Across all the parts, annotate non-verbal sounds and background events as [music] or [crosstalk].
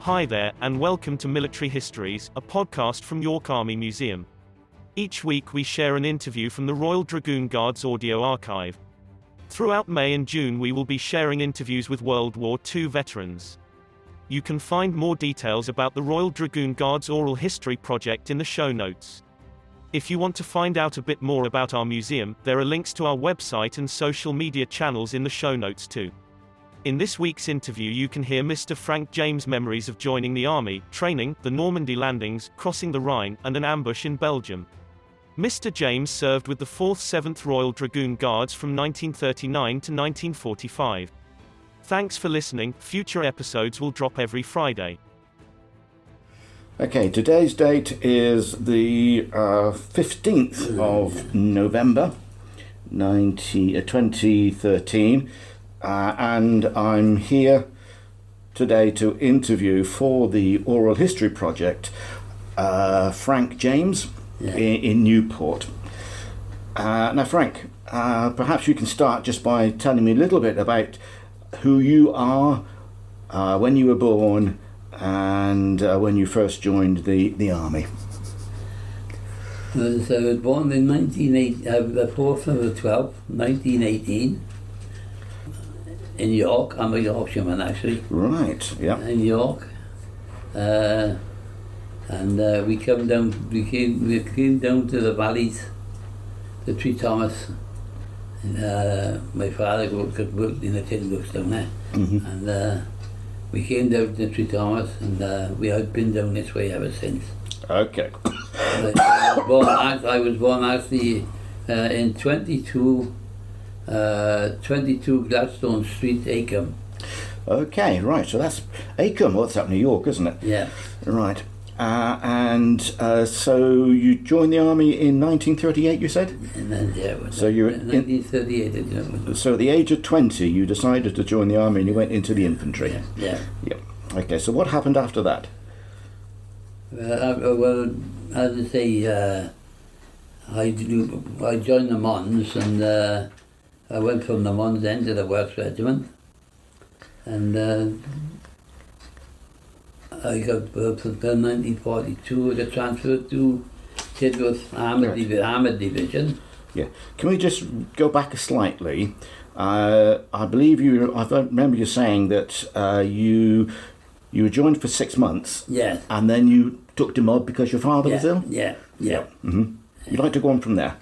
Hi there, and welcome to Military Histories, a podcast from York Army Museum. Each week we share an interview from the Royal Dragoon Guard's audio archive. Throughout May and June, we will be sharing interviews with World War II veterans. You can find more details about the Royal Dragoon Guard's Oral History Project in the show notes. If you want to find out a bit more about our museum, there are links to our website and social media channels in the show notes too. In this week's interview, you can hear Mr. Frank James' memories of joining the army, training, the Normandy landings, crossing the Rhine, and an ambush in Belgium. Mr. James served with the 4th 7th Royal Dragoon Guards from 1939 to 1945. Thanks for listening. Future episodes will drop every Friday. Okay, today's date is the uh, 15th of November 90, uh, 2013, uh, and I'm here today to interview for the Oral History Project uh, Frank James i in, Newport. Uh, now, Frank, uh, perhaps you can start just by telling me a little bit about who you are, uh, when you were born, and uh, when you first joined the, the army. Uh, So I was born in 1980, uh, the 4th of the 12th, 1918, in York. I'm a Yorkshireman actually, Right, yeah. in York. Uh, and uh, we come down, we came, we came down to the valleys, the Tree Thomas. And, uh, my father worked, worked in a tin works down there. hmm And uh, we came down to the Tree Thomas and uh, we have been down this way ever since. Okay. I was uh, born, act- I was born actually uh, in 22, uh, 22 Gladstone Street, Acom. Okay, right, so that's Acom, well, that's up in New York, isn't it? Yeah, Right. Uh, and uh, so you joined the army in 1938, you said? and then yeah. it was- So you were in- 1938. I don't know. So at the age of 20, you decided to join the army and you went into the infantry. Yeah, yeah. Okay, so what happened after that? Well, I, I- well, as I say, uh, I do, I joined the Mons, and uh, I went from the Mons then to the Welsh Regiment, and uh, I got uh, from from 1942. I got transferred to Tidworth Armoured, Right. Divi- Armoured Division. Can we just go back slightly? Uh, I believe you, I don't remember you saying that uh, you you were joined for six months Yes. and then you took to mob because your father was Yeah, ill? yeah, yeah. hmm You'd like to go on from there?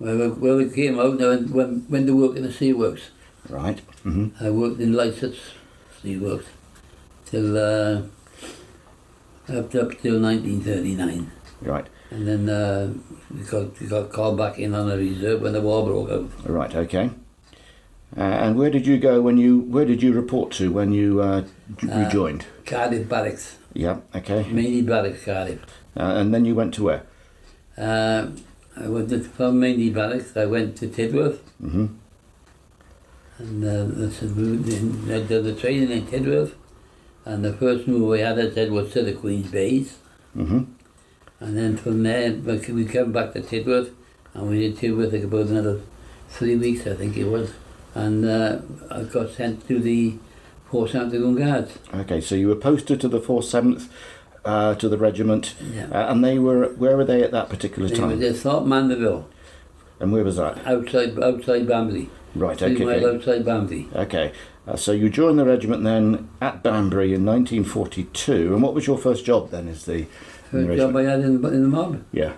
Well, we- well, we came out now and when, when they worked in the Sea Works. Right. hmm I worked in Leicester. He worked till uh, up up till 1939, Right. and then uh, we got we got called back in on a reserve when the war broke out. Right. Okay. Uh, and where did you go when you? Where did you report to when you uh, j- Uh, rejoined? Cardiff barracks, Yeah. Okay. mainly barracks, Cardiff. Uh, and then you went to where? Uh, I went to, from mainly barracks. I went to Tidworth, hmm and uh, that's a, I did the training in Tidworth, and the first move I had I said was to the Queen's Bays. hmm And then from there, we c- we came back to Tidworth, and we did Tidworth like about another three weeks, I think it was. And uh, I got sent to the Force Antigun Guards. Okay. So you were posted to the four seventh, uh, to the regiment, Yeah. uh, and they were. Where were they at that particular They were time? at Thorpe Mandeville, And where was that? outside outside Bambley, Right. three mile Okay. outside Bambley. Okay. Uh, so you joined the regiment then at Banbury in 1942, and what was your first job then? Is the in the First job regiment? I had in, the- in the mob. yeah,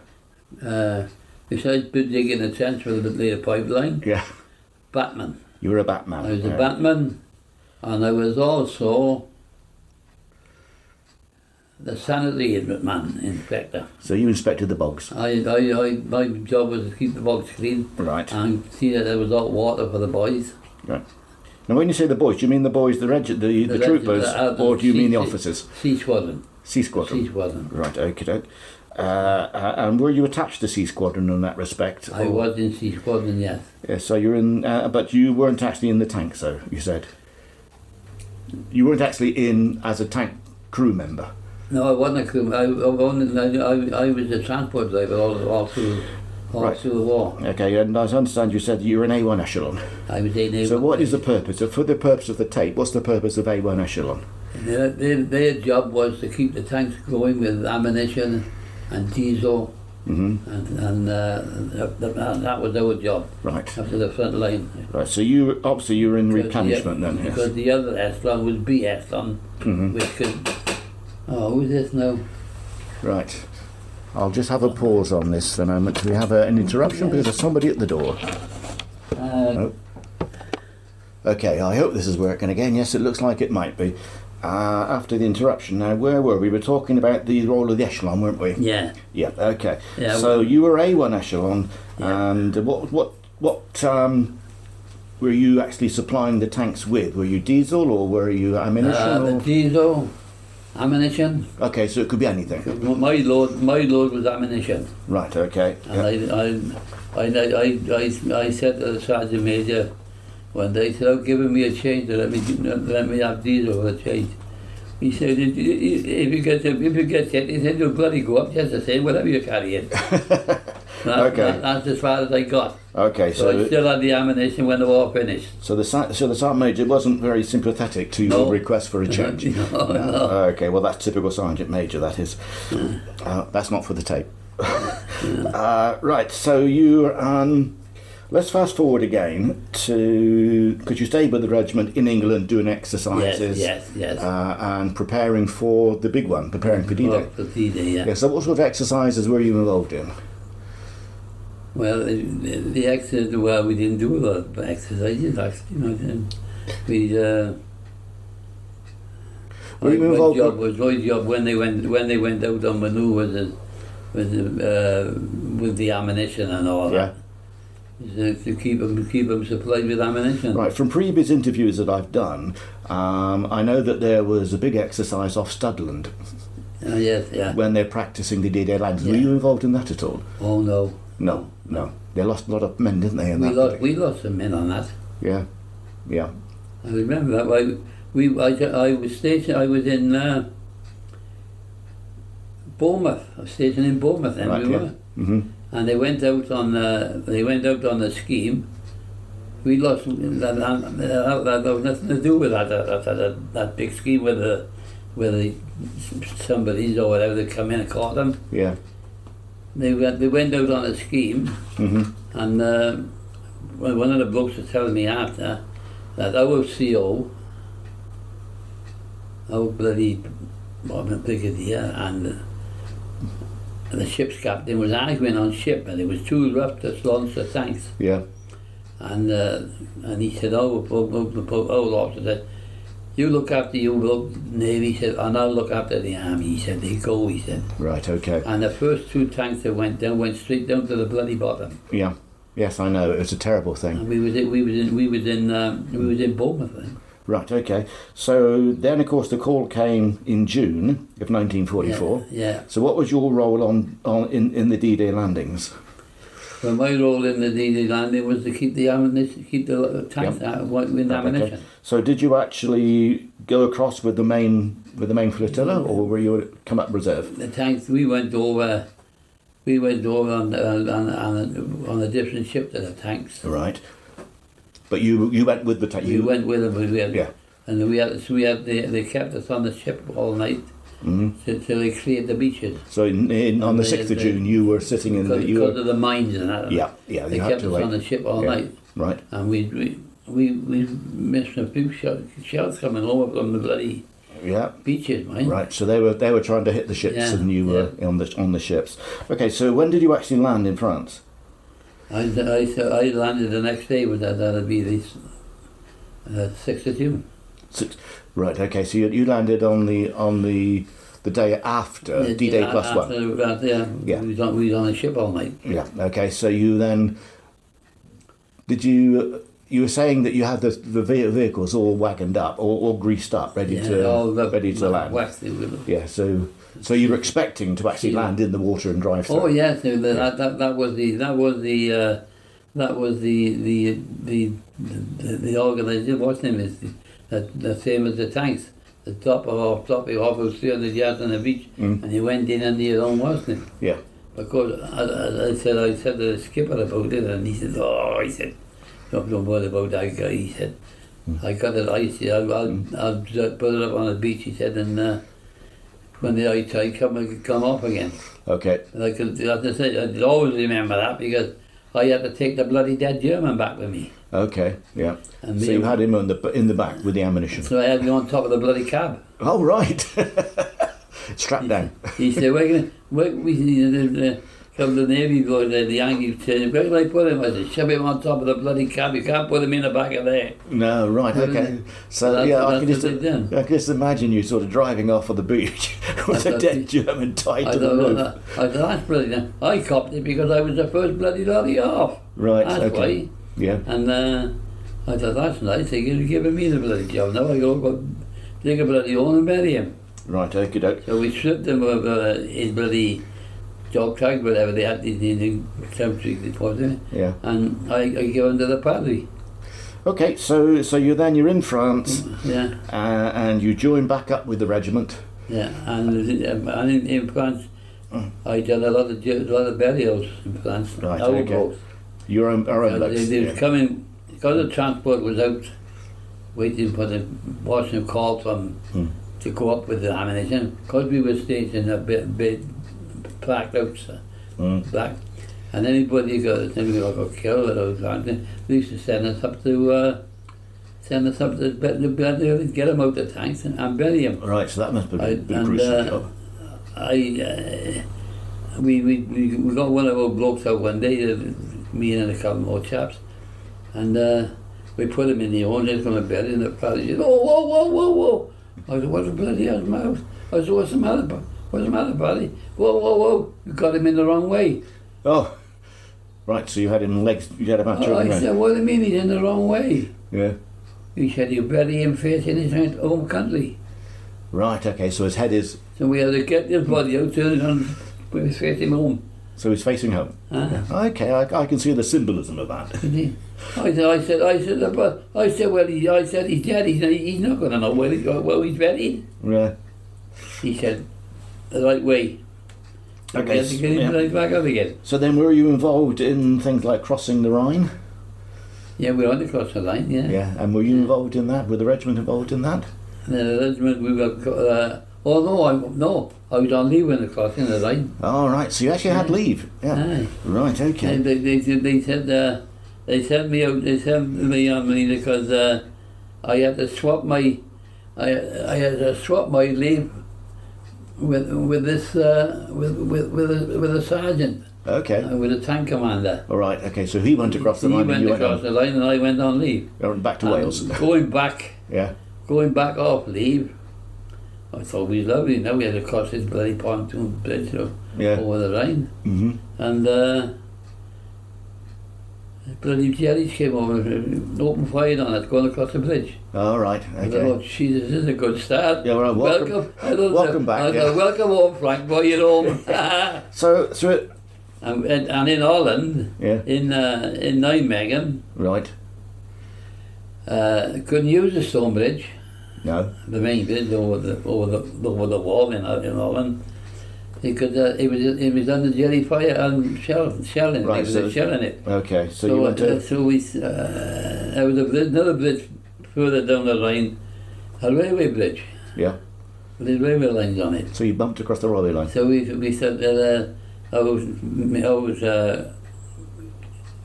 Uh, besides digging a trench for the later pipeline, yeah. Batman. You were a batman. I was a yeah. Batman, and I was also the sanitary man inspector. So you inspected the bogs, I, I, I, my job was to keep the bogs clean right? and see that there was hot water for the boys. Right. Now, when you say the boys, do you mean the boys, the regi- the, the, The troopers, regi- uh, the or do you mean the C- officers? Sea squadron, C sea squadron. squadron. Right. Okay. doke. Uh, uh, and were you attached to C squadron in that respect? I or- was in sea squadron, yes. Yeah, so you're in, uh, but you weren't actually in the tank, though. You said you weren't actually in as a tank crew member. No, I wasn't a crew. I, I, wasn't- I, I, I was a transport driver all, all through, all Right. through the war. Okay, and as I understand, you said you were an A1 echelon. I was in a, So, what is the purpose? For the purpose of the tape, what's the purpose of A1 echelon? Their, their, their job was to keep the tanks going with ammunition and diesel, hmm and, and uh, that, that, that was our job Right. after the front line. Right. So you obviously you were in Because the- replenishment then. Yes. Because the other Athlon was B Athlon, hmm which could. Oh, who's this now? Right. I'll just have a pause on this for a moment. We have a, an interruption because there's somebody at the door. Uh, Okay, I hope this is working again. Yes, it looks like it might be. Uh, after the interruption, now where were we? We were talking about the role of the echelon, weren't we? yeah. Yeah. Okay. Yeah, so you were A1 echelon, Yeah. and what what what um, were you actually supplying the tanks with? Were you diesel or were you ammunition? Uh, or? the diesel, ammunition. okay, so it could be anything. My load, my load was ammunition. Right. Okay. Yeah. And I, I, I, I, I, I said to the sergeant major one day, he said, oh, give me a change, let me, let me have diesel for a change. He said, if you if you get if you get hit, he said, you'll bloody go up just the same, whatever [laughs] you're carrying. That- Okay. that- that's as far as I got. Okay. So, I So still had the ammunition when the war finished. so the sa- so the sergeant major wasn't very sympathetic to your No. request for a [laughs] change. no, no. Okay, well that's typical sergeant major. That is, uh, that's not for the [laughs] tape. uh, right, so you um, let's fast forward again to because you stayed with the regiment in England doing Yes, exercises yes, yes. Uh, and preparing for the big one, preparing for D-Day. Well, for D-Day, yeah. Yeah, so what sort of exercises were you involved in? Well, the, the exercise, well, we didn't do a lot of exercises actually. You know, then we. Uh, Were you my- my involved job with- was my job when they went when they went out on manoeuvres and with the, uh, with the ammunition and all that. So to keep them keep them supplied with ammunition. Right, from previous interviews that I've done, um, I know that there was a big exercise off Studland Uh, yes, yeah. when they're practicing the D-Day landings. Were Yeah. you involved in that at all? Oh no, No, no. They lost a lot of men, didn't they? In we that lost day? we lost some men on that. Yeah, yeah. I remember that. I, we, I, I was stationed, I was in uh, Bournemouth. I was stationed in Bournemouth then, Right, we yeah. were. hmm And they went out on, uh, they went out on a scheme. We lost, that, that, that, that, was nothing to do with that, that, that, that, that big scheme where the, where the, somebody's or whatever, they come in and caught them. Yeah. They went, they went out on a scheme. hmm And uh, well, one of the blokes was telling me after that our CO, our bloody Bobman Brigadier, and uh, the ship's captain was arguing on ship, and it was too rough to launch the tanks. Yeah. And uh, and he said, oh, oh, oh, oh, oh, oh, officer, said, you look after your bloke, Navy, he said, and I'll look after the Army. He said, they go, he said. Right. Okay. And the first two tanks that went down went straight down to the bloody bottom. Yeah. Yes, I know. It was a terrible thing. And we was in, we was in, we was in, um, we was in Bournemouth then. Right. Okay. So then, of course, the call came in June of 1944. Yeah. So what was your role on, on in, in the D-Day landings? Well, my role in the DD landing was to keep the ammunition, keep the tanks out with with Right, okay. ammunition. So did you actually go across with the main with the main flotilla, or were you come up reserve? The tanks we went over, we went over on on on, on, a, on a different ship to the tanks. Right. But you you went with the tank. We went with them. We had, Mm-hmm. Yeah. And we had, so we had, they, they kept us on the ship all night Mhm. till, till they cleared the beaches. So in, in, on the They- sixth of they- June, you were sitting in Because, the you because were, of the mines and that. yeah yeah They you had kept to us wait on the ship all Yeah. night. right and we we we we missed a few shots, shots coming over from the bloody yeah beaches, mate. right so they were they were trying to hit the ships Yeah, and you were on the on the ships okay so when did you actually land in France I, I, I landed the next day, but that that'd be this uh, sixth of June. Six, right okay so you, you landed on the on the the day after Yeah, D-Day yeah, plus one after that, yeah, Yeah. We was on we was on a ship all night. yeah okay so you then did you you were saying that you had the, the ve- vehicles all wagoned up or all greased up ready to the- uh, ready to land West, it was- yeah so so you were expecting to actually Yeah. land in the water and drive through Oh yes, it was- that, that that was the that was the uh, that was the the the the, the organization. What's name is the, that the same as the tanks. The top of off top of off was three hundred yards on the beach, Mm. and he went in and he own what's name. yeah Because I, I, I said I said to the skipper about it, and he said, "Oh," he said, "Don't, don't worry about that guy." He said, I got it icy. I, I, I put it up on the beach, he said, and uh, when the ice tide come, it could come off again. Okay. And I could, as I said, I'd always remember that because I had to take the bloody dead German back with me. Okay. Yeah. And So me- you had him on the in the back with the ammunition. So I had to go on top of the bloody cab. Oh right. [laughs] Strapped down. He said, "Where can where we the, come the navy boy there, the Yankee said, where can I put him?" I said, "Shove him on top of the bloody cab. You can't put him in the back of there." No, right, Well, okay. then- So well, that's- yeah, I that's can just what they did. I can just imagine you sort of driving off on the beach [laughs] with a thought- dead German tied I to thought, the well, roof. that, I thought that's brilliant. Uh, I copped it because I was the first bloody lorry off. Right, That's okay. why. Yeah. And uh, I thought that's nice. They give giving me the bloody job. Now I go go dig a bloody hole and bury him. Right, okay, doke. So we stripped him of uh, his bloody dog tag, whatever they had in the country before, Yeah. and I, I give him to the padre. Okay, so so you then you're in France Yeah. uh, and you join back up with the regiment. Yeah, and, um, and in, in France, I done a lot of ju- a lot of burials in France. Hmm. Right, Outposts. Your own our own Uh, they, blokes. they was yeah. coming because the transport was out, waiting for the Boston call from Hmm. to go up with the ammunition. Because we were stationed a bit, bit packed out uh, Mm. back, and anybody got anybody got, got killed or was gone, they used to send us up to. Uh, Send us up to bed, get them out the tanks and, and bury them. Right, so that must have been, I- been a and, gruesome uh, job. I uh, we, we we we got one of our blokes out one day, uh, me and a couple more chaps, and uh, we put him in the orange from the bed in the paddy. Said, "Oh, whoa, whoa, whoa, whoa!" I said, "What the bloody hell's the matter?" I said, "What's the matter, bu- What's the matter, buddy? Whoa, whoa, whoa! You got him in the wrong way." Oh. Right, so you had him legs you had him out your I own way. said, "What do you mean he's in the wrong way?" Yeah. He said, "You bury him facing his home country." Right, okay, so his head is So we had to get his body out, turn it on, we was facing home. so he's facing home. Huh? Okay, I, I can see the symbolism of that. I said, I said, I said, but I said, well, he, I said, he's dead. He's not, he's not going to know where, he, where he's buried. Yeah. He said, the right way. So we Okay, had to get him yeah. right back up again. So then, were you involved in things like crossing the Rhine? Yeah, we're on the cross the line. Yeah. Yeah, and were you involved in that? Were the regiment involved in that? And then the regiment, we were. co- Uh, oh no, I no, I was on leave when the crossing the [laughs] line. All right. so you actually had Yeah. leave. Yeah. Aye. Right. Okay. And they, they, they, they said, uh, they sent me out. They sent me on leave because uh, I had to swap my, I, I had to swap my leave with with this uh, with with with a, with a sergeant Okay. uh, with a tank commander. All right. Okay. So he went across the he Rhine, went and you went across Um, on- the line, and I went on leave. uh, back to And Wales. Going back, yeah. going back off leave. I thought we lovely. Now we had to cross this bloody pontoon bridge o- Yeah. over the Rhine. hmm And uh, bloody jellies came over and opened fire on us going across the bridge. All right. I thought, oh, Okay. Jesus, this is a good start. Yeah. Well, welcome. I thought, uh, welcome back, I thought, yeah. Welcome home, Frank, boy, you're home. [laughs] and, So, so it, and, and in Holland, yeah. in, uh, in Nijmegen, Right. uh, couldn't use the stone bridge, No. the main bridge over the, over the, over the wall in, uh, in Holland. It, could, uh, it, was, it was under jelly fire and shell, shelling. Right, it was so- shelling it. Okay. So, So, you uh, went to. so we, uh, there was a bridge, another bridge further down the line, a railway bridge, Yeah. with the railway lines on it. So you bumped across the railway line. So we, we said that uh, I was, I was uh,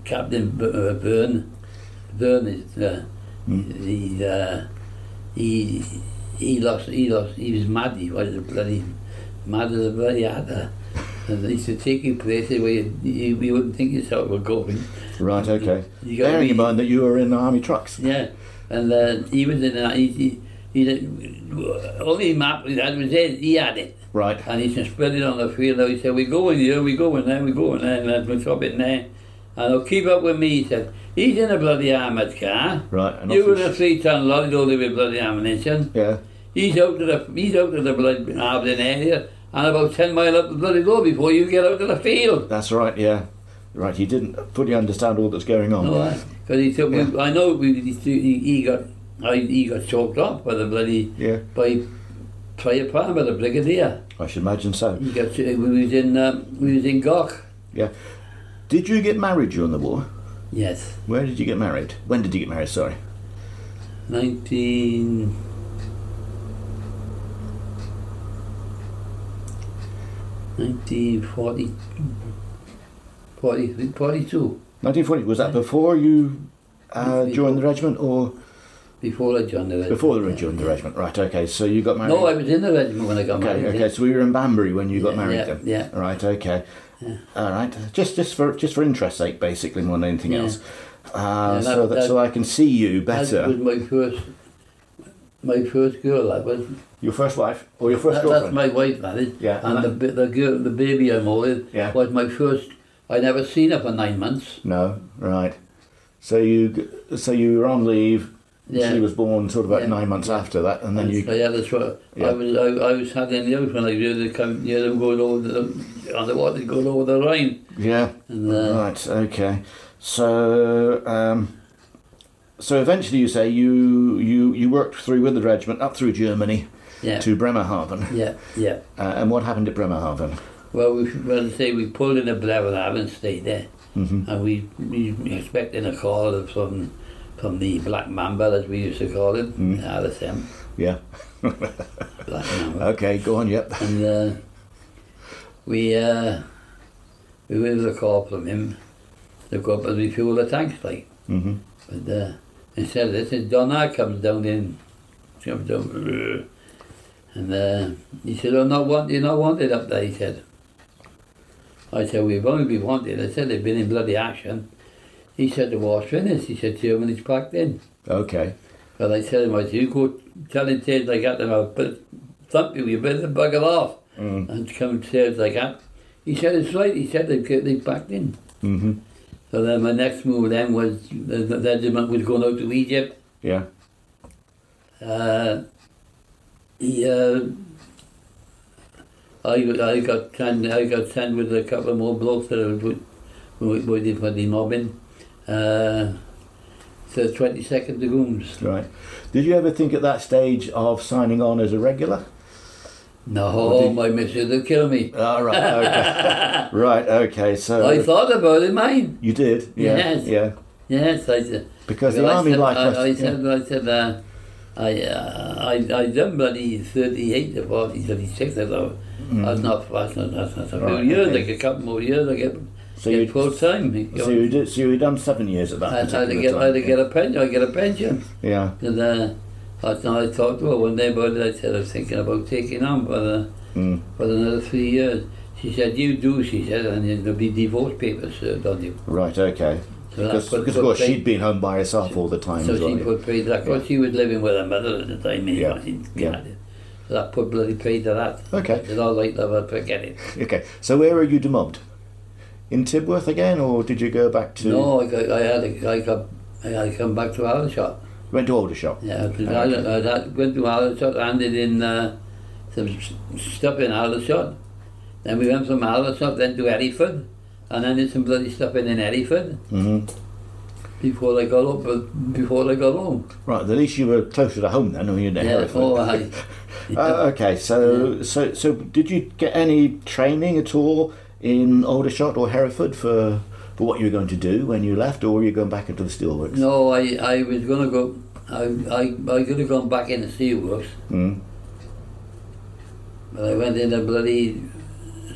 Captain B- uh, Byrne, Byrne is, uh, Mm. he, uh, he, he lost, he lost, he was mad, he was a bloody, mad as a bloody adder. And he used to take you places where you, you, you wouldn't think yourself were going. Right. Okay. Mm-hmm. You gotta Bearing in be- mind that you were in army trucks. Yeah, and uh, he was in that. He, he, he did, only map that was it. He had it, Right. and he just spread it on the field. And he said, "We go in here, we go in there, we go in there, and let me stop it there." And he'll keep up with me. He said, "He's in a bloody armored car. Right. And you off you were a sh- three-ton lorry loaded with bloody ammunition. Yeah. He's out to the he's out to the bloody Aberdeen area." And about ten mile up the bloody road before you get out to the field. That's right, yeah. Right, he didn't fully understand all that's going on. Because he took me, I know we, he, he got, I, he got choked up by the bloody Yeah, by Prior Palmer, the brigadier. I should imagine so. He got to, we was in um, we was in Gok. Yeah. Did you get married during the war? Yes. Where did you get married? When did you get married? Sorry. Nineteen. Nineteen forty. Forty three, forty two. 1940, was that before you uh, Before. joined the regiment or Before I joined the regiment. before you yeah. joined the regiment? Right, okay, so you got married? No, I was in the regiment when I got okay, married. okay, so we were in Banbury when you got yeah, married yeah, then? Yeah. Right, okay. Yeah. All right, just just for just for interest sake, basically, more than anything Yeah. else. Uh, Yeah, so that- that, so I can see you That better. was my first, my first girl. That was Your first wife or your first that, that's girlfriend? my wife married. Yeah, And and the, ba- the girl, the baby I molded Yeah. was my first. I never seen her for nine months. No, right. So you g- so you were on leave. Yeah. She was born sort of about Yeah. nine months after that, and then So you. yeah, that's what Yeah. I was. I, I was had in the house when I really come near them going over the on the water, going over the Rhine. Yeah. And uh, Right. Okay. So um, so eventually, you say you you you worked through with the regiment up through Germany yeah, to Bremerhaven, yeah, yeah. uh, and what happened at Bremerhaven? Well, we well say we pulled in a Bremerhaven and stayed there, hmm and we we expecting a call from from the Black Mamba as we used to call it, Mm. RSM Yeah. Black Mamba. Okay. Go on. Yep. and uh, we uh, we waited a call from him to go up and refuel the tanks like. hmm But uh, instead of this, his Donna comes down in, comes down, and uh, he said, "Oh, not want, you're not wanted up there," he said. I said, "We've only been wanted." I said, "They've been in bloody action." He said, "The war's finished." He said, "Germany's packed in." Okay. But I said to him, "I said, you go tell him things like that, and I'll put, thump you. You better bugger off." Mm. and come upstairs like that. He said, it's right, he said, they've, got- they've backed in. hmm So then my next move then was, the the regiment was going out to Egypt. Yeah. Uh, he, uh, I, got- I got sent, I got sent with a couple more blokes that I was with- with- waiting for the mobbing. Uh, to the 22nd Dragoons. Right. Did you ever think at that stage of signing on as a regular? What No, did- Oh, my missus will kill me. All Ah, right. Okay. [laughs] right. Okay. So I thought about it, mine. you did. Yeah. Yes. Yeah. Yes, I said. Because Well, the I army said- life. I, must- I yeah. said, I said, uh, I, uh, I, I done bloody 38 to 40, 36, I thought. Mm-hmm. That's not, that's not, that's not, a few Hmm. Right, years, okay. like a couple more years, I get, So get you full time. So you did. So you done seven years at that. I, I had to particular get, I had to time. get a pension, I get a pension. Yeah. And, uh, I, I talked to her one day about it, I said, I was thinking about taking on for, the, Mm. for another three years. She said, you do, she said, and there'll be divorce papers served on you. Right. Okay. So that Because, put- because of put course faith- she'd been home by herself all the time So as well. she yeah. put paid that. Well, she was living with her mother at the time. Yeah, Yeah. yeah. yeah. So that put bloody paid to that. Okay. It's all right, love, I forget it. Okay. So where are you demobbed? In Tibworth again, or did you go back to? No, I, got, I had a, I got, I had to come back to Aldershot. Went to Aldershot. Yeah, because Okay. I, I, I went to Aldershot, handed in uh, some s- stuff in Aldershot. Then we went from Aldershot then to Hereford, and then did some bloody stuff in, in Hereford hmm before I got up, but before I got home. Right. At least you were closer to home then, or you know. Yeah, oh, I, Uh, okay, so so so did you get any training at all in Aldershot or Hereford for for what you were going to do when you left, or were you going back into the steelworks? No, I, I was gonna go. I, I, I could have gone back in the steelworks, Mm. but I went in a bloody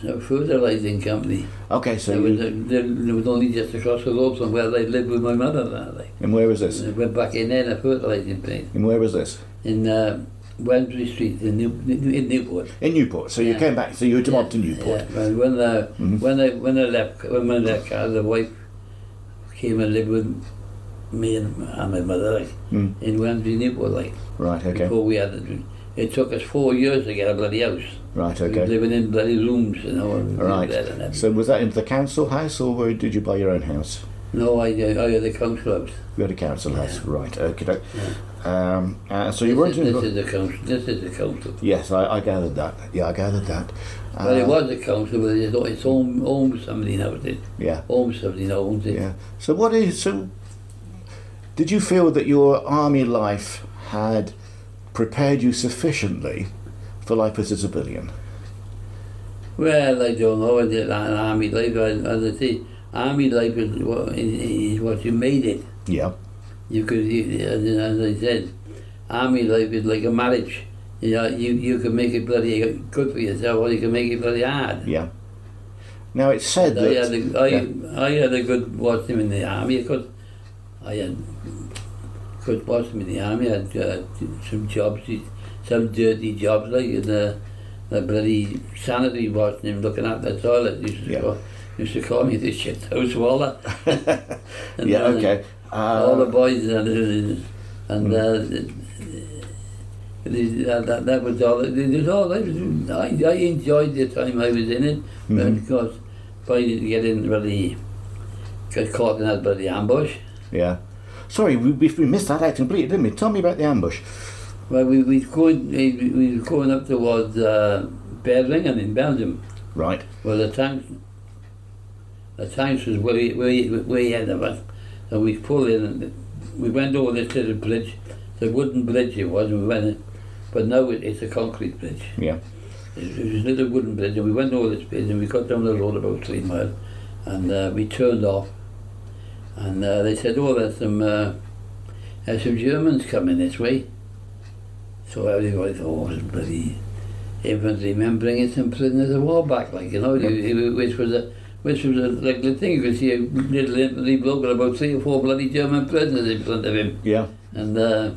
uh, fertilizing company. Okay, so there, was, you, a, there, there was only just across the road from where I lived with my mother. That like. and where was this? I went back in there in a fertilizing place And where was this? in uh, Wembley Street in, New, in Newport. In Newport. So you Yeah. came back. So you were demobbed to Newport. Yeah, well, when I Mhm. when I when I left when I left, uh, the wife came and lived with me and, and my mother like, Mm. in Wembley Newport like. Right. Okay. before we had it. It took us four years to get a bloody house. Right. We were Okay. living in bloody rooms, you know. And Right. bed and everything. So was that into the council house, or where did you buy your own house? no, I, I had a council house. You had a council house, right? Okay. Yeah. Um, uh, so you this, weren't is, this in. is a council. This is a council. Yes, I, I gathered that. Yeah, I gathered that. well, it Uh, was a council, but it's, it's home, home somebody now it. Yeah. Home somebody now owns it. Yeah. So what is so? Did you feel that your army life had prepared you sufficiently for life as a civilian? Well, I don't know. I did an army life. I- As I say, army life is what, is what you made it. Yeah. You could, you, as as I said, army life is like a marriage. You know, you, you can make it bloody good for yourself or you can make it bloody hard. Yeah. Now it's said I that had a, I, I had a good watch him in the army because I had good watch him in the army. I had uh, some jobs, some dirty jobs like in the, the bloody sanitary watching him looking at the toilet. He used to, Yeah. call, used to call me the shit [laughs] house waller. [laughs] And, yeah, uh, okay. all the Uh, boys and and uh, the- uh, that, that was all. It was all I, was, I, I enjoyed the time I was in it, but Mhm. of course, by getting really got caught in that bloody ambush. yeah. Sorry, we, we we missed that out completely, didn't we? Tell me about the ambush. Well, we we going we, we were going up towards uh, Berlingen in Belgium. Right. Well, the tanks, the tanks was way, way, way ahead of us, and we pulled in and we went over this little bridge, the wooden bridge it was, and we went in, but now it, it's a concrete bridge. Yeah. It, it was a little wooden bridge, and we went over this bridge, and we got down the road about three miles, and uh, we turned off, and uh, they said, oh, there's some, uh, there's some Germans coming this way. So everybody thought, oh, bloody infantry men bringing some prisoners of war back, like, you know, which was a, which was a, like the thing, you could see a little infantry bloke with about three or four bloody German prisoners in front of him, Yeah. and uh,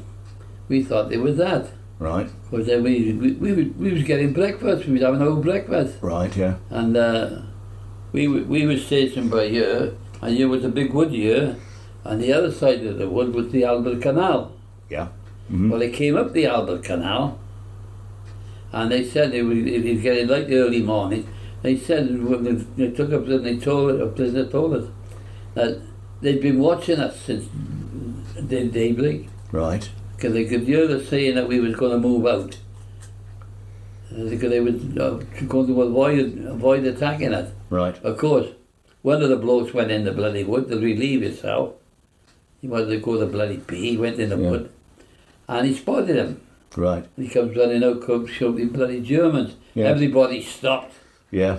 we thought it was that. Right. Because then we, we, we, was- we was getting breakfast, we was having our breakfast. Right. Yeah. And uh, we, wa- we was stationed by here, and here was a big wood here, and the other side of the wood was the Albert Canal. Yeah. Mhm. Well, they came up the Albert Canal, and they said it was, it was getting late early morning. They said when they, they took up and they told a prisoner told us that they'd been watching us since day, daybreak Right. because they could hear us saying that we was going to move out. And Because they were uh, going to avoid, avoid attacking us. Right. Of course, one of the blokes went in the bloody wood to relieve himself. He wanted to go to bloody pee, he went in the Yeah. wood. And he spotted him. Right. He comes running out, comes shouting bloody Germans. Yeah. Everybody stopped. Yeah.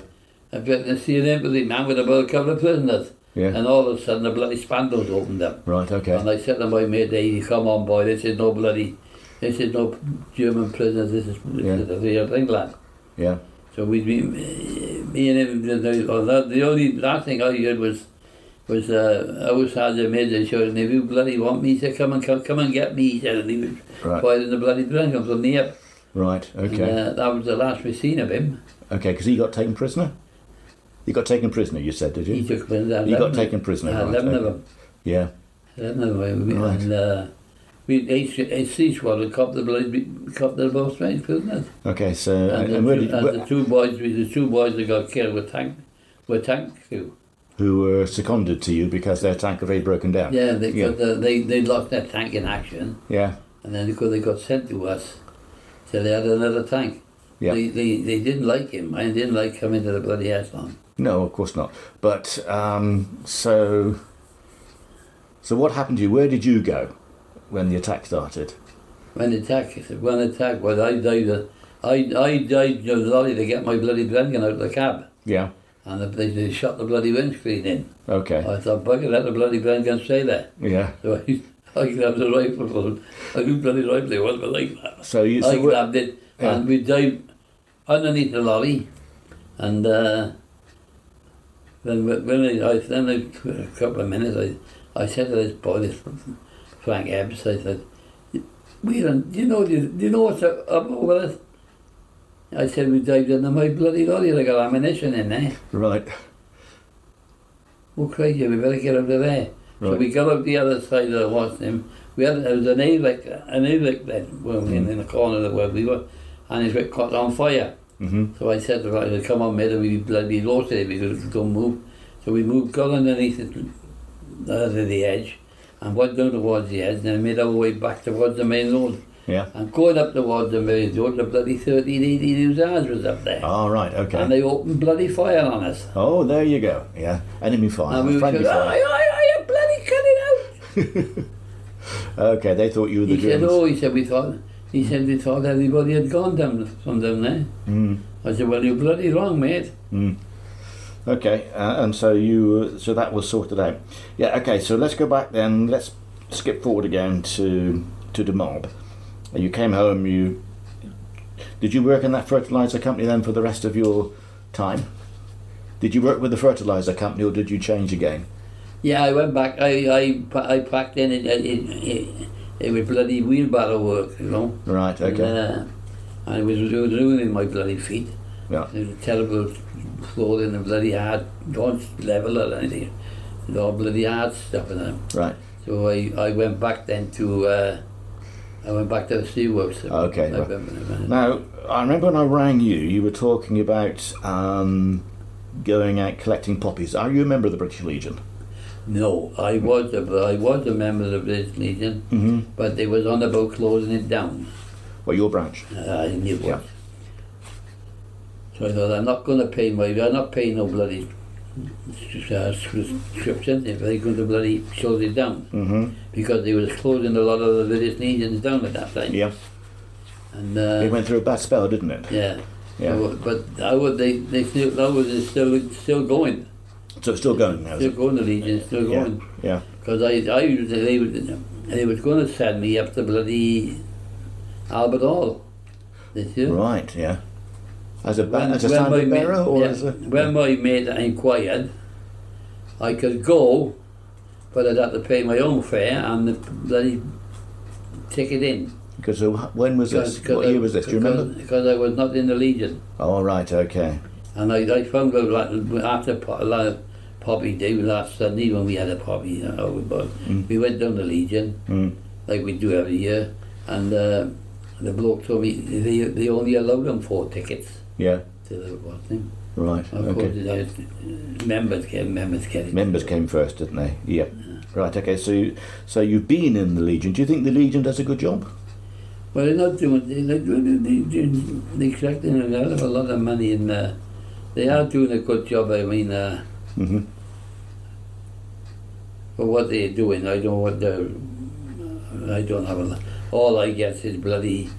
I bet they see an empty man with about a couple of prisoners. Yeah. And all of a sudden the bloody spandrels opened up. Right. And Okay. I said to my mate, hey, come on boy, this is no bloody, this is no German prisoners, this is, this Yeah. is the real England. Yeah. So we, we me and him, the, the, the only last thing I heard was, was uh, I was had a major showed, and if you bloody want me, he said, come and come, come and get me, he said, and he was Right. firing the bloody drink up from the hip. Right. And, Okay. uh, that was the last we seen of him. Okay. Because he got taken prisoner. He got taken prisoner. You said, did He you? took me down. He got taken prisoner. Uh, Right. 11 of okay. them. Yeah. 11 of them. Right. And uh, we, each, each, each one, we copped the bloody, copped the most strange prisoners. Okay. So And, and, the, and where two, did and you, the two boys, the two boys that got killed were tank, were tank crew. who were seconded to you because their tank had already broken down? Yeah, they, Yeah. got the, they they lost their tank in action, Yeah. and then because they got sent to us, so they had another tank. Yeah. They, they they didn't like him. I didn't like coming to the bloody Aslan. No, of course not. But um, so, so what happened to you? Where did you go when the attack started? When the attack, when the attack was, I died. uh, I I died in the lorry to get my bloody Brengan out of the cab, Yeah. and they, they shot the bloody windscreen in. Okay. I thought, bugger, let the bloody Brengan stay there. [laughs] Yeah. So I, I grabbed a rifle for him. I knew bloody rifle it was, but I grabbed So you. I So where- grabbed it Yeah. and we dived underneath the lorry and uh, then wh- when I, I then I, for a couple of minutes I, I said to this boy this Frank Ebbs I said Whelan do you know do you, do you know what's up, up over us I said we dived under my bloody lorry I got ammunition in there right. oh crazy we better get out of there so Right. we got up the other side of the what's name. We had there was an evic an evic then well Mm. in, in the corner of the where we were and it got caught on fire. hmm So I said to her, I said, come on mate, we bloody lost it because we don't move. So we moved, got underneath it, under the edge and went down towards the edge and then made our way back towards the main road. Yeah. And going up towards the main road, the bloody 13, 18 Hussars was up there. All right. And Okay. they opened bloody fire on us. Oh, there you go. Yeah. Enemy fire. and we were friendly saying, oh, I, fire. I, I, bloody cut it out. Okay. They thought you were the He said, Germans. "Oh," he said, "We thought." He said, "We thought everybody had gone down from down there." Mm. I said, "Well, you're bloody wrong, mate." Mm. Okay, uh, and so you, uh, so that was sorted out. Yeah. Okay. So let's go back then. Let's skip forward again to to the mob. And you came home. You did you work in that fertilizer company then for the rest of your time? Did you work with the fertilizer company, or did you change again? Yeah, I went back. I I pa- I packed in it. It, it, it was bloody wheelbarrow work, you know. Right. Okay. And, uh, I was ru- ruining my bloody feet. Yeah. It was terrible flooring and bloody hard, not level or anything. It was all bloody hard stuff in them. Right. So I, I went back then to, uh, I went back to the steelworks. Okay, I right. remember that. Now, I remember when I rang you, you were talking about um, going out collecting poppies. Are you a member of the British Legion? No, I was a, I was a member of the British Legion, Mm-hmm. but they was on about closing it down. Well, your branch. I knew it. Yeah. So I thought, I'm not going to pay my, I'm not paying no bloody uh, subscription if they're going to bloody close it down. Mm-hmm. Because they was closing a lot of the various legions down at that time. Yeah. And, It uh, went through a bad spell, didn't it? yeah. Yeah. So, but I would, they, they still, that was still, still going. So it's still going now, is Still it? going, the legion, still Yeah. going. Yeah. Because I, I, they, was- they was going to send me up to bloody Albert Hall this year. Right, yeah. As a, ba- When- as a when my standard ma- bearer, or yeah, as a... when my maid inquired, I could go, but I'd have to pay my own fare and the bloody ticket in. Because uh, when was this? Because- What year was this? Do you because- remember? Because I was not in the Legion, Oh, right, okay. and I, I found out like, after po- la- Poppy Day last Sunday when we had a Poppy, you know, we, bought- Mm. we went down the Legion Mm. like we do every year, and uh, the bloke told me they they only allowed them four tickets Yeah, to the what thing. right, Of course, okay. those members get members get it. Members came first, didn't they? Yeah. Right, okay, so, you, so you've been in the Legion. Do you think the Legion does a good job? Well, they're not doing. They're, doing, they're, doing, they're collecting a hell of a lot of money, and uh, they are doing a good job. I mean, uh, Mm-hmm. for what they're doing, I don't what they're. uh, I don't have a lot. All I get is bloody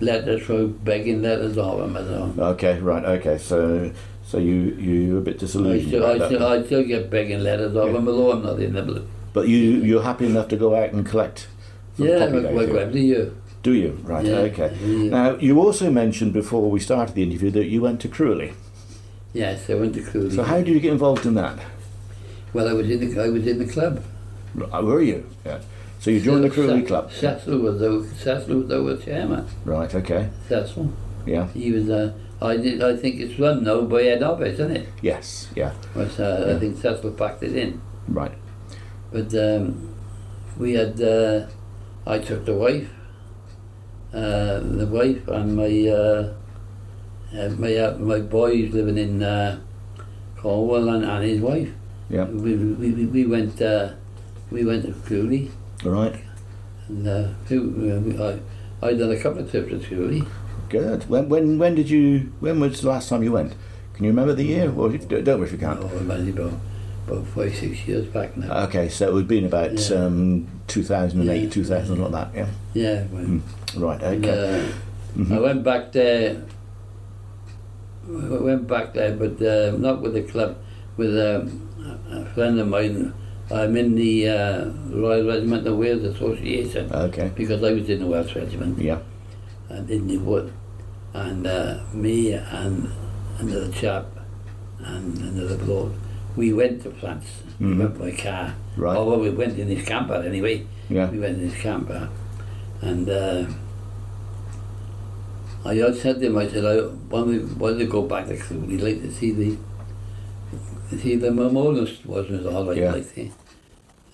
letters from begging letters of them. And all. Okay, right, okay. So so you you're a bit I disillusioned. still, I, about that. still, I still get begging letters of them, although I'm not in the blue. But you you're happy enough to go out and collect for the Yeah, poppy like, day, like do you? every year. do you? Right, Yeah, uh, okay. every year. Now you also mentioned before we started the interview that you went to Cruelly. Yes, I went to Cooley. So how did you get involved in that? Well, I was in the I was in the club. Uh, Were you? Yeah. So you joined the Cruelly Club. Cecil was the Cecil was our chairman. Right, okay. Cecil. Yeah. He was. Uh, I did. I think it's run now by Ed Abbott, isn't it? Yes, yeah. But, uh, I think Cecil packed it in. Right. But um, we had. Uh, I took the wife. Uh, the wife and my uh, uh, my uh, my boys living in uh, Cornwall and, and his wife. Yeah. We we, we, we went uh, we went to Cooley All right. and uh, who- uh, I I done a couple of trips to Cooley. Good. When when when did you when was the last time you went? Can you remember the year? Well, you- don't worry if you can't. Oh, it might be about, about five, six years back now. Okay, so it would have been about Yeah. um, 2008, Yeah. 2000, like that, yeah. yeah. Well, Mm. Right, and, okay. Mm-hmm. uh, I went back there. I went back there, but uh, not with the club. With um, a a friend of mine. I'm in the uh, Royal Regimental Wales Association Okay, because I was in the Welsh Regiment yeah, and in the wood, and uh, me and another chap and another bloke. We went to France. We Mhm. went by car. Right. Oh, well, we went in his camper anyway. yeah, We went in his camper, and uh, I just said to him, I said, I want to, want to go back to Crewe. We'd like to see the to see the memorial wasn't all right Yeah. like that.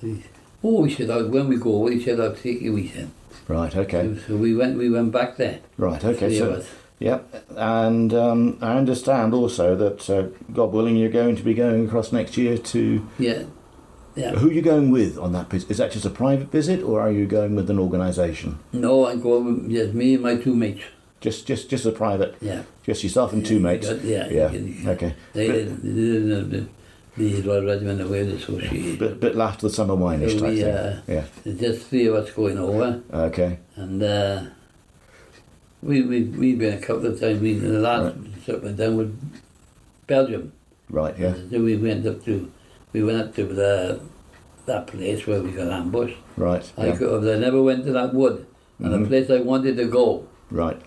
He- Oh, we said, "I- when we go, we said, I'll take you, we said. right, okay, So, so we went, we went back there. right, okay, three of so, us. yeah, and um, I understand also that, uh, God willing, you're going to be going across next year to, Yeah, yeah. who are you going with on that, vis- is that just a private visit, or are you going with an organisation? No, I go with yes, me and my two mates. Just, just, just a private, Yeah. just yourself and two mates? Got- Yeah. Yeah, you can- okay, They did they did the, the, the Royal Regiment of Wales Association. bit, bit last of the summer wineish So type we, thing, uh, yeah, there's just three of us going over, okay, and uh, we we we've been a couple of times. We the last trip we done was Belgium. right, yeah, So we went up to we went up to the that place where we got ambushed. Right. I yeah, Mm-hmm. could have, I never went to that wood, and the place I wanted to go. Right.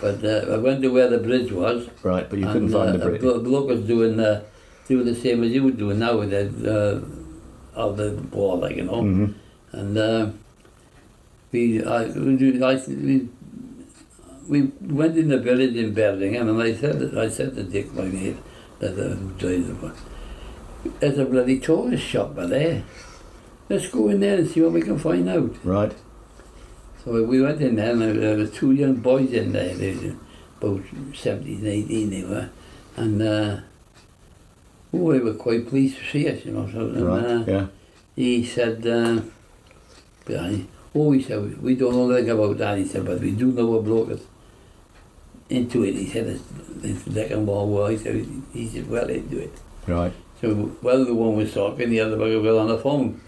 But uh, I went to where the bridge was. Right. But you and, couldn't find uh, the brick. A blo- bloke was doing the, doing the same as you were doing now with the, uh, of the wall, like, you know. Mhm. And uh, we, I, we, I, we, we went in the village in Birmingham, and I said, I said to Dick, my mate, that uh, I was driving one, there's a bloody tourist shop by there. Let's go in there and see what we can find out. Right. So we went in there, and there there was two young boys in there, they were about 17, 18 they were, and uh, oh, they were quite pleased to see us, you know. So, and, uh, Right. Yeah. he said, uh, I- oh, he said, "we- we don't know anything about that, he said, but we do know a bloke that's into it. He said, it's- it's the second world war, he said, he's just well into it. Right. So, well, the one was talking, the other bloke was on the phone.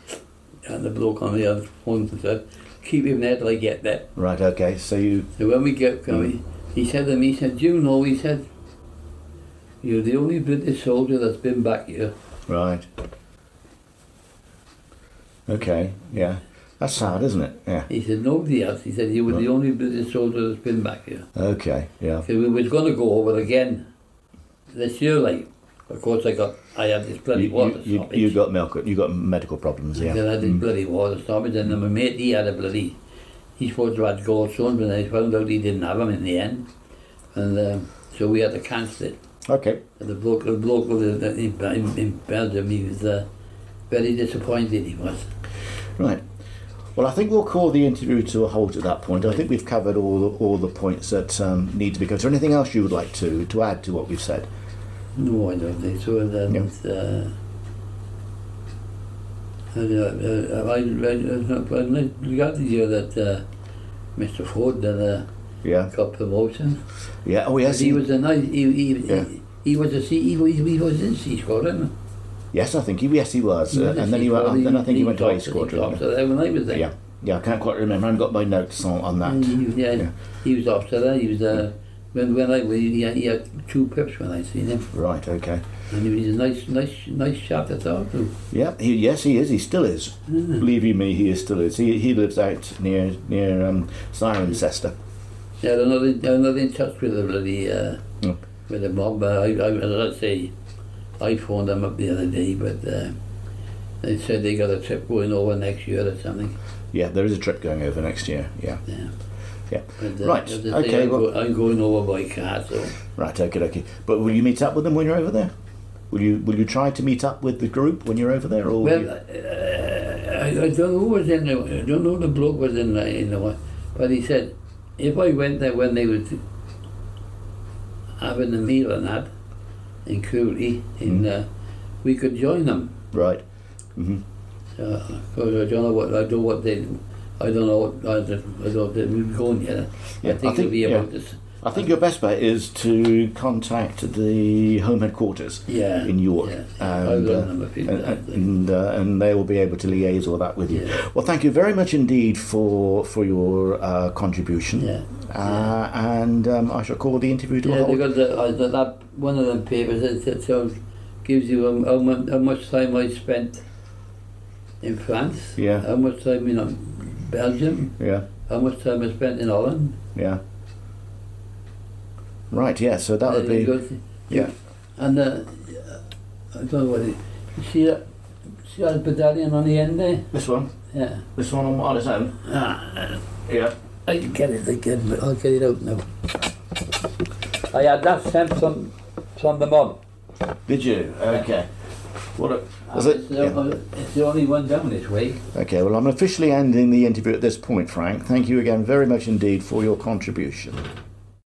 And the bloke on the other phone said, keep him there till I get there. Right. Okay. So you. So when we Hmm. get going, he said to me, he said, do you know, he said, you're the only British soldier that's been back here. Right. Okay. Yeah. That's sad, isn't it? Yeah. He said, nobody else. He said, you were the only British soldier that's been back here. Okay. Yeah. So we was going to go over again this year, like, of course I got, I had this You, bloody water you, you, stoppage. you got milk. You got medical problems. Yeah. Hmm. Mm. Then I had this bloody water stoppage and then my mate, he had a bloody, he's supposed to have had gallstones but I found out he didn't have them in the end. And um, so we had to cancel it. Okay. And the bloke, the bloke was uh, in, in, in Belgium, he was uh, very disappointed he was. Right. Well, I think we'll call the interview to a halt at that point. I think we've covered all the, all the points that um, need to be covered. Is there anything else you would like to, to add to what we've said? No, I don't think so. And then Yeah. it's, uh, and, uh, uh, I, I, I, I got to hear that uh, Mr. Ford that, uh, Yeah. got promotion. Yeah. Oh, yes. He was a nice. He, he, Yeah. he, he was a sea. He, was- he was in Sea Squadron. Yes, I think he. Yes, he was. He Uh, was in and then Sea he went. and Squadron, then I think he, went to A topped- Squadron. topped there when I was Yeah. there. yeah. Yeah. I can't quite remember. I haven't got my notes on, on that. And Mm, He, was- yeah, Yeah. he was officer there. He was uh, when when I was he had, he had two pips when I seen him, Right. Okay. and he was a nice nice nice chap to talk to. Yeah. He, yes, he is. He still is. Mm. Believe you me, he is still is. He, he lives out near near um, Cirencester. Yeah, they're not in, they're not in touch with the bloody uh, No. with the mob. Uh, I, I, as I say, I phoned them up the other day, but uh, they said they got a trip going over next year or something. Yeah. There is a trip going over next year. Yeah. Yeah. Yeah. But, uh, Right, as I say, okay, I'm, well- go, I'm going over by car, so Right. Okay. Okay. But will you meet up with them when you're over there? Will you Will you try to meet up with the group when you're over there? Or will well, you- uh, I, I don't know who was in the, I don't know who the bloke was in the, in the one, but he said if I went there when they was having a meal and that in Cooley, Hmm. in uh, we could join them. right. hmm Uh, 'cause I don't know what I don't what they I don't know what I don't, I don't think we've gone yet. Yeah, I think I think- it'll be about yeah. this. I think your best bet is to contact the home headquarters. Yeah. in York, Yeah. I've and, got uh, a number of and people. and, uh, and they will be able to liaise all that with you. Yeah. Well, thank you very much indeed for for your uh, contribution. yeah. Uh, and um, I shall call the interview to a Yeah, halt. because the, I, the, that one of them papers that, that tells, gives you how, how, much, how much time I spent in France, Yeah. how much time in um, Belgium, Yeah, how much time I spent in Holland. yeah. Right, yeah. So that would Uh, you be go to- yeah, And uh, I don't know what it. You see that? See that medallion on the end there? this one, Yeah. this one on, on its own. Uh, Ah, Yeah. I can get it again, but I'll get it out now. I had that sent from from the mob. Did you? Okay. Uh, What? A, was Uh, it? It's the, Yeah. it's the only one down this way. Okay. Well, I'm officially ending the interview at this point, Frank. Thank you again very much indeed for your contribution.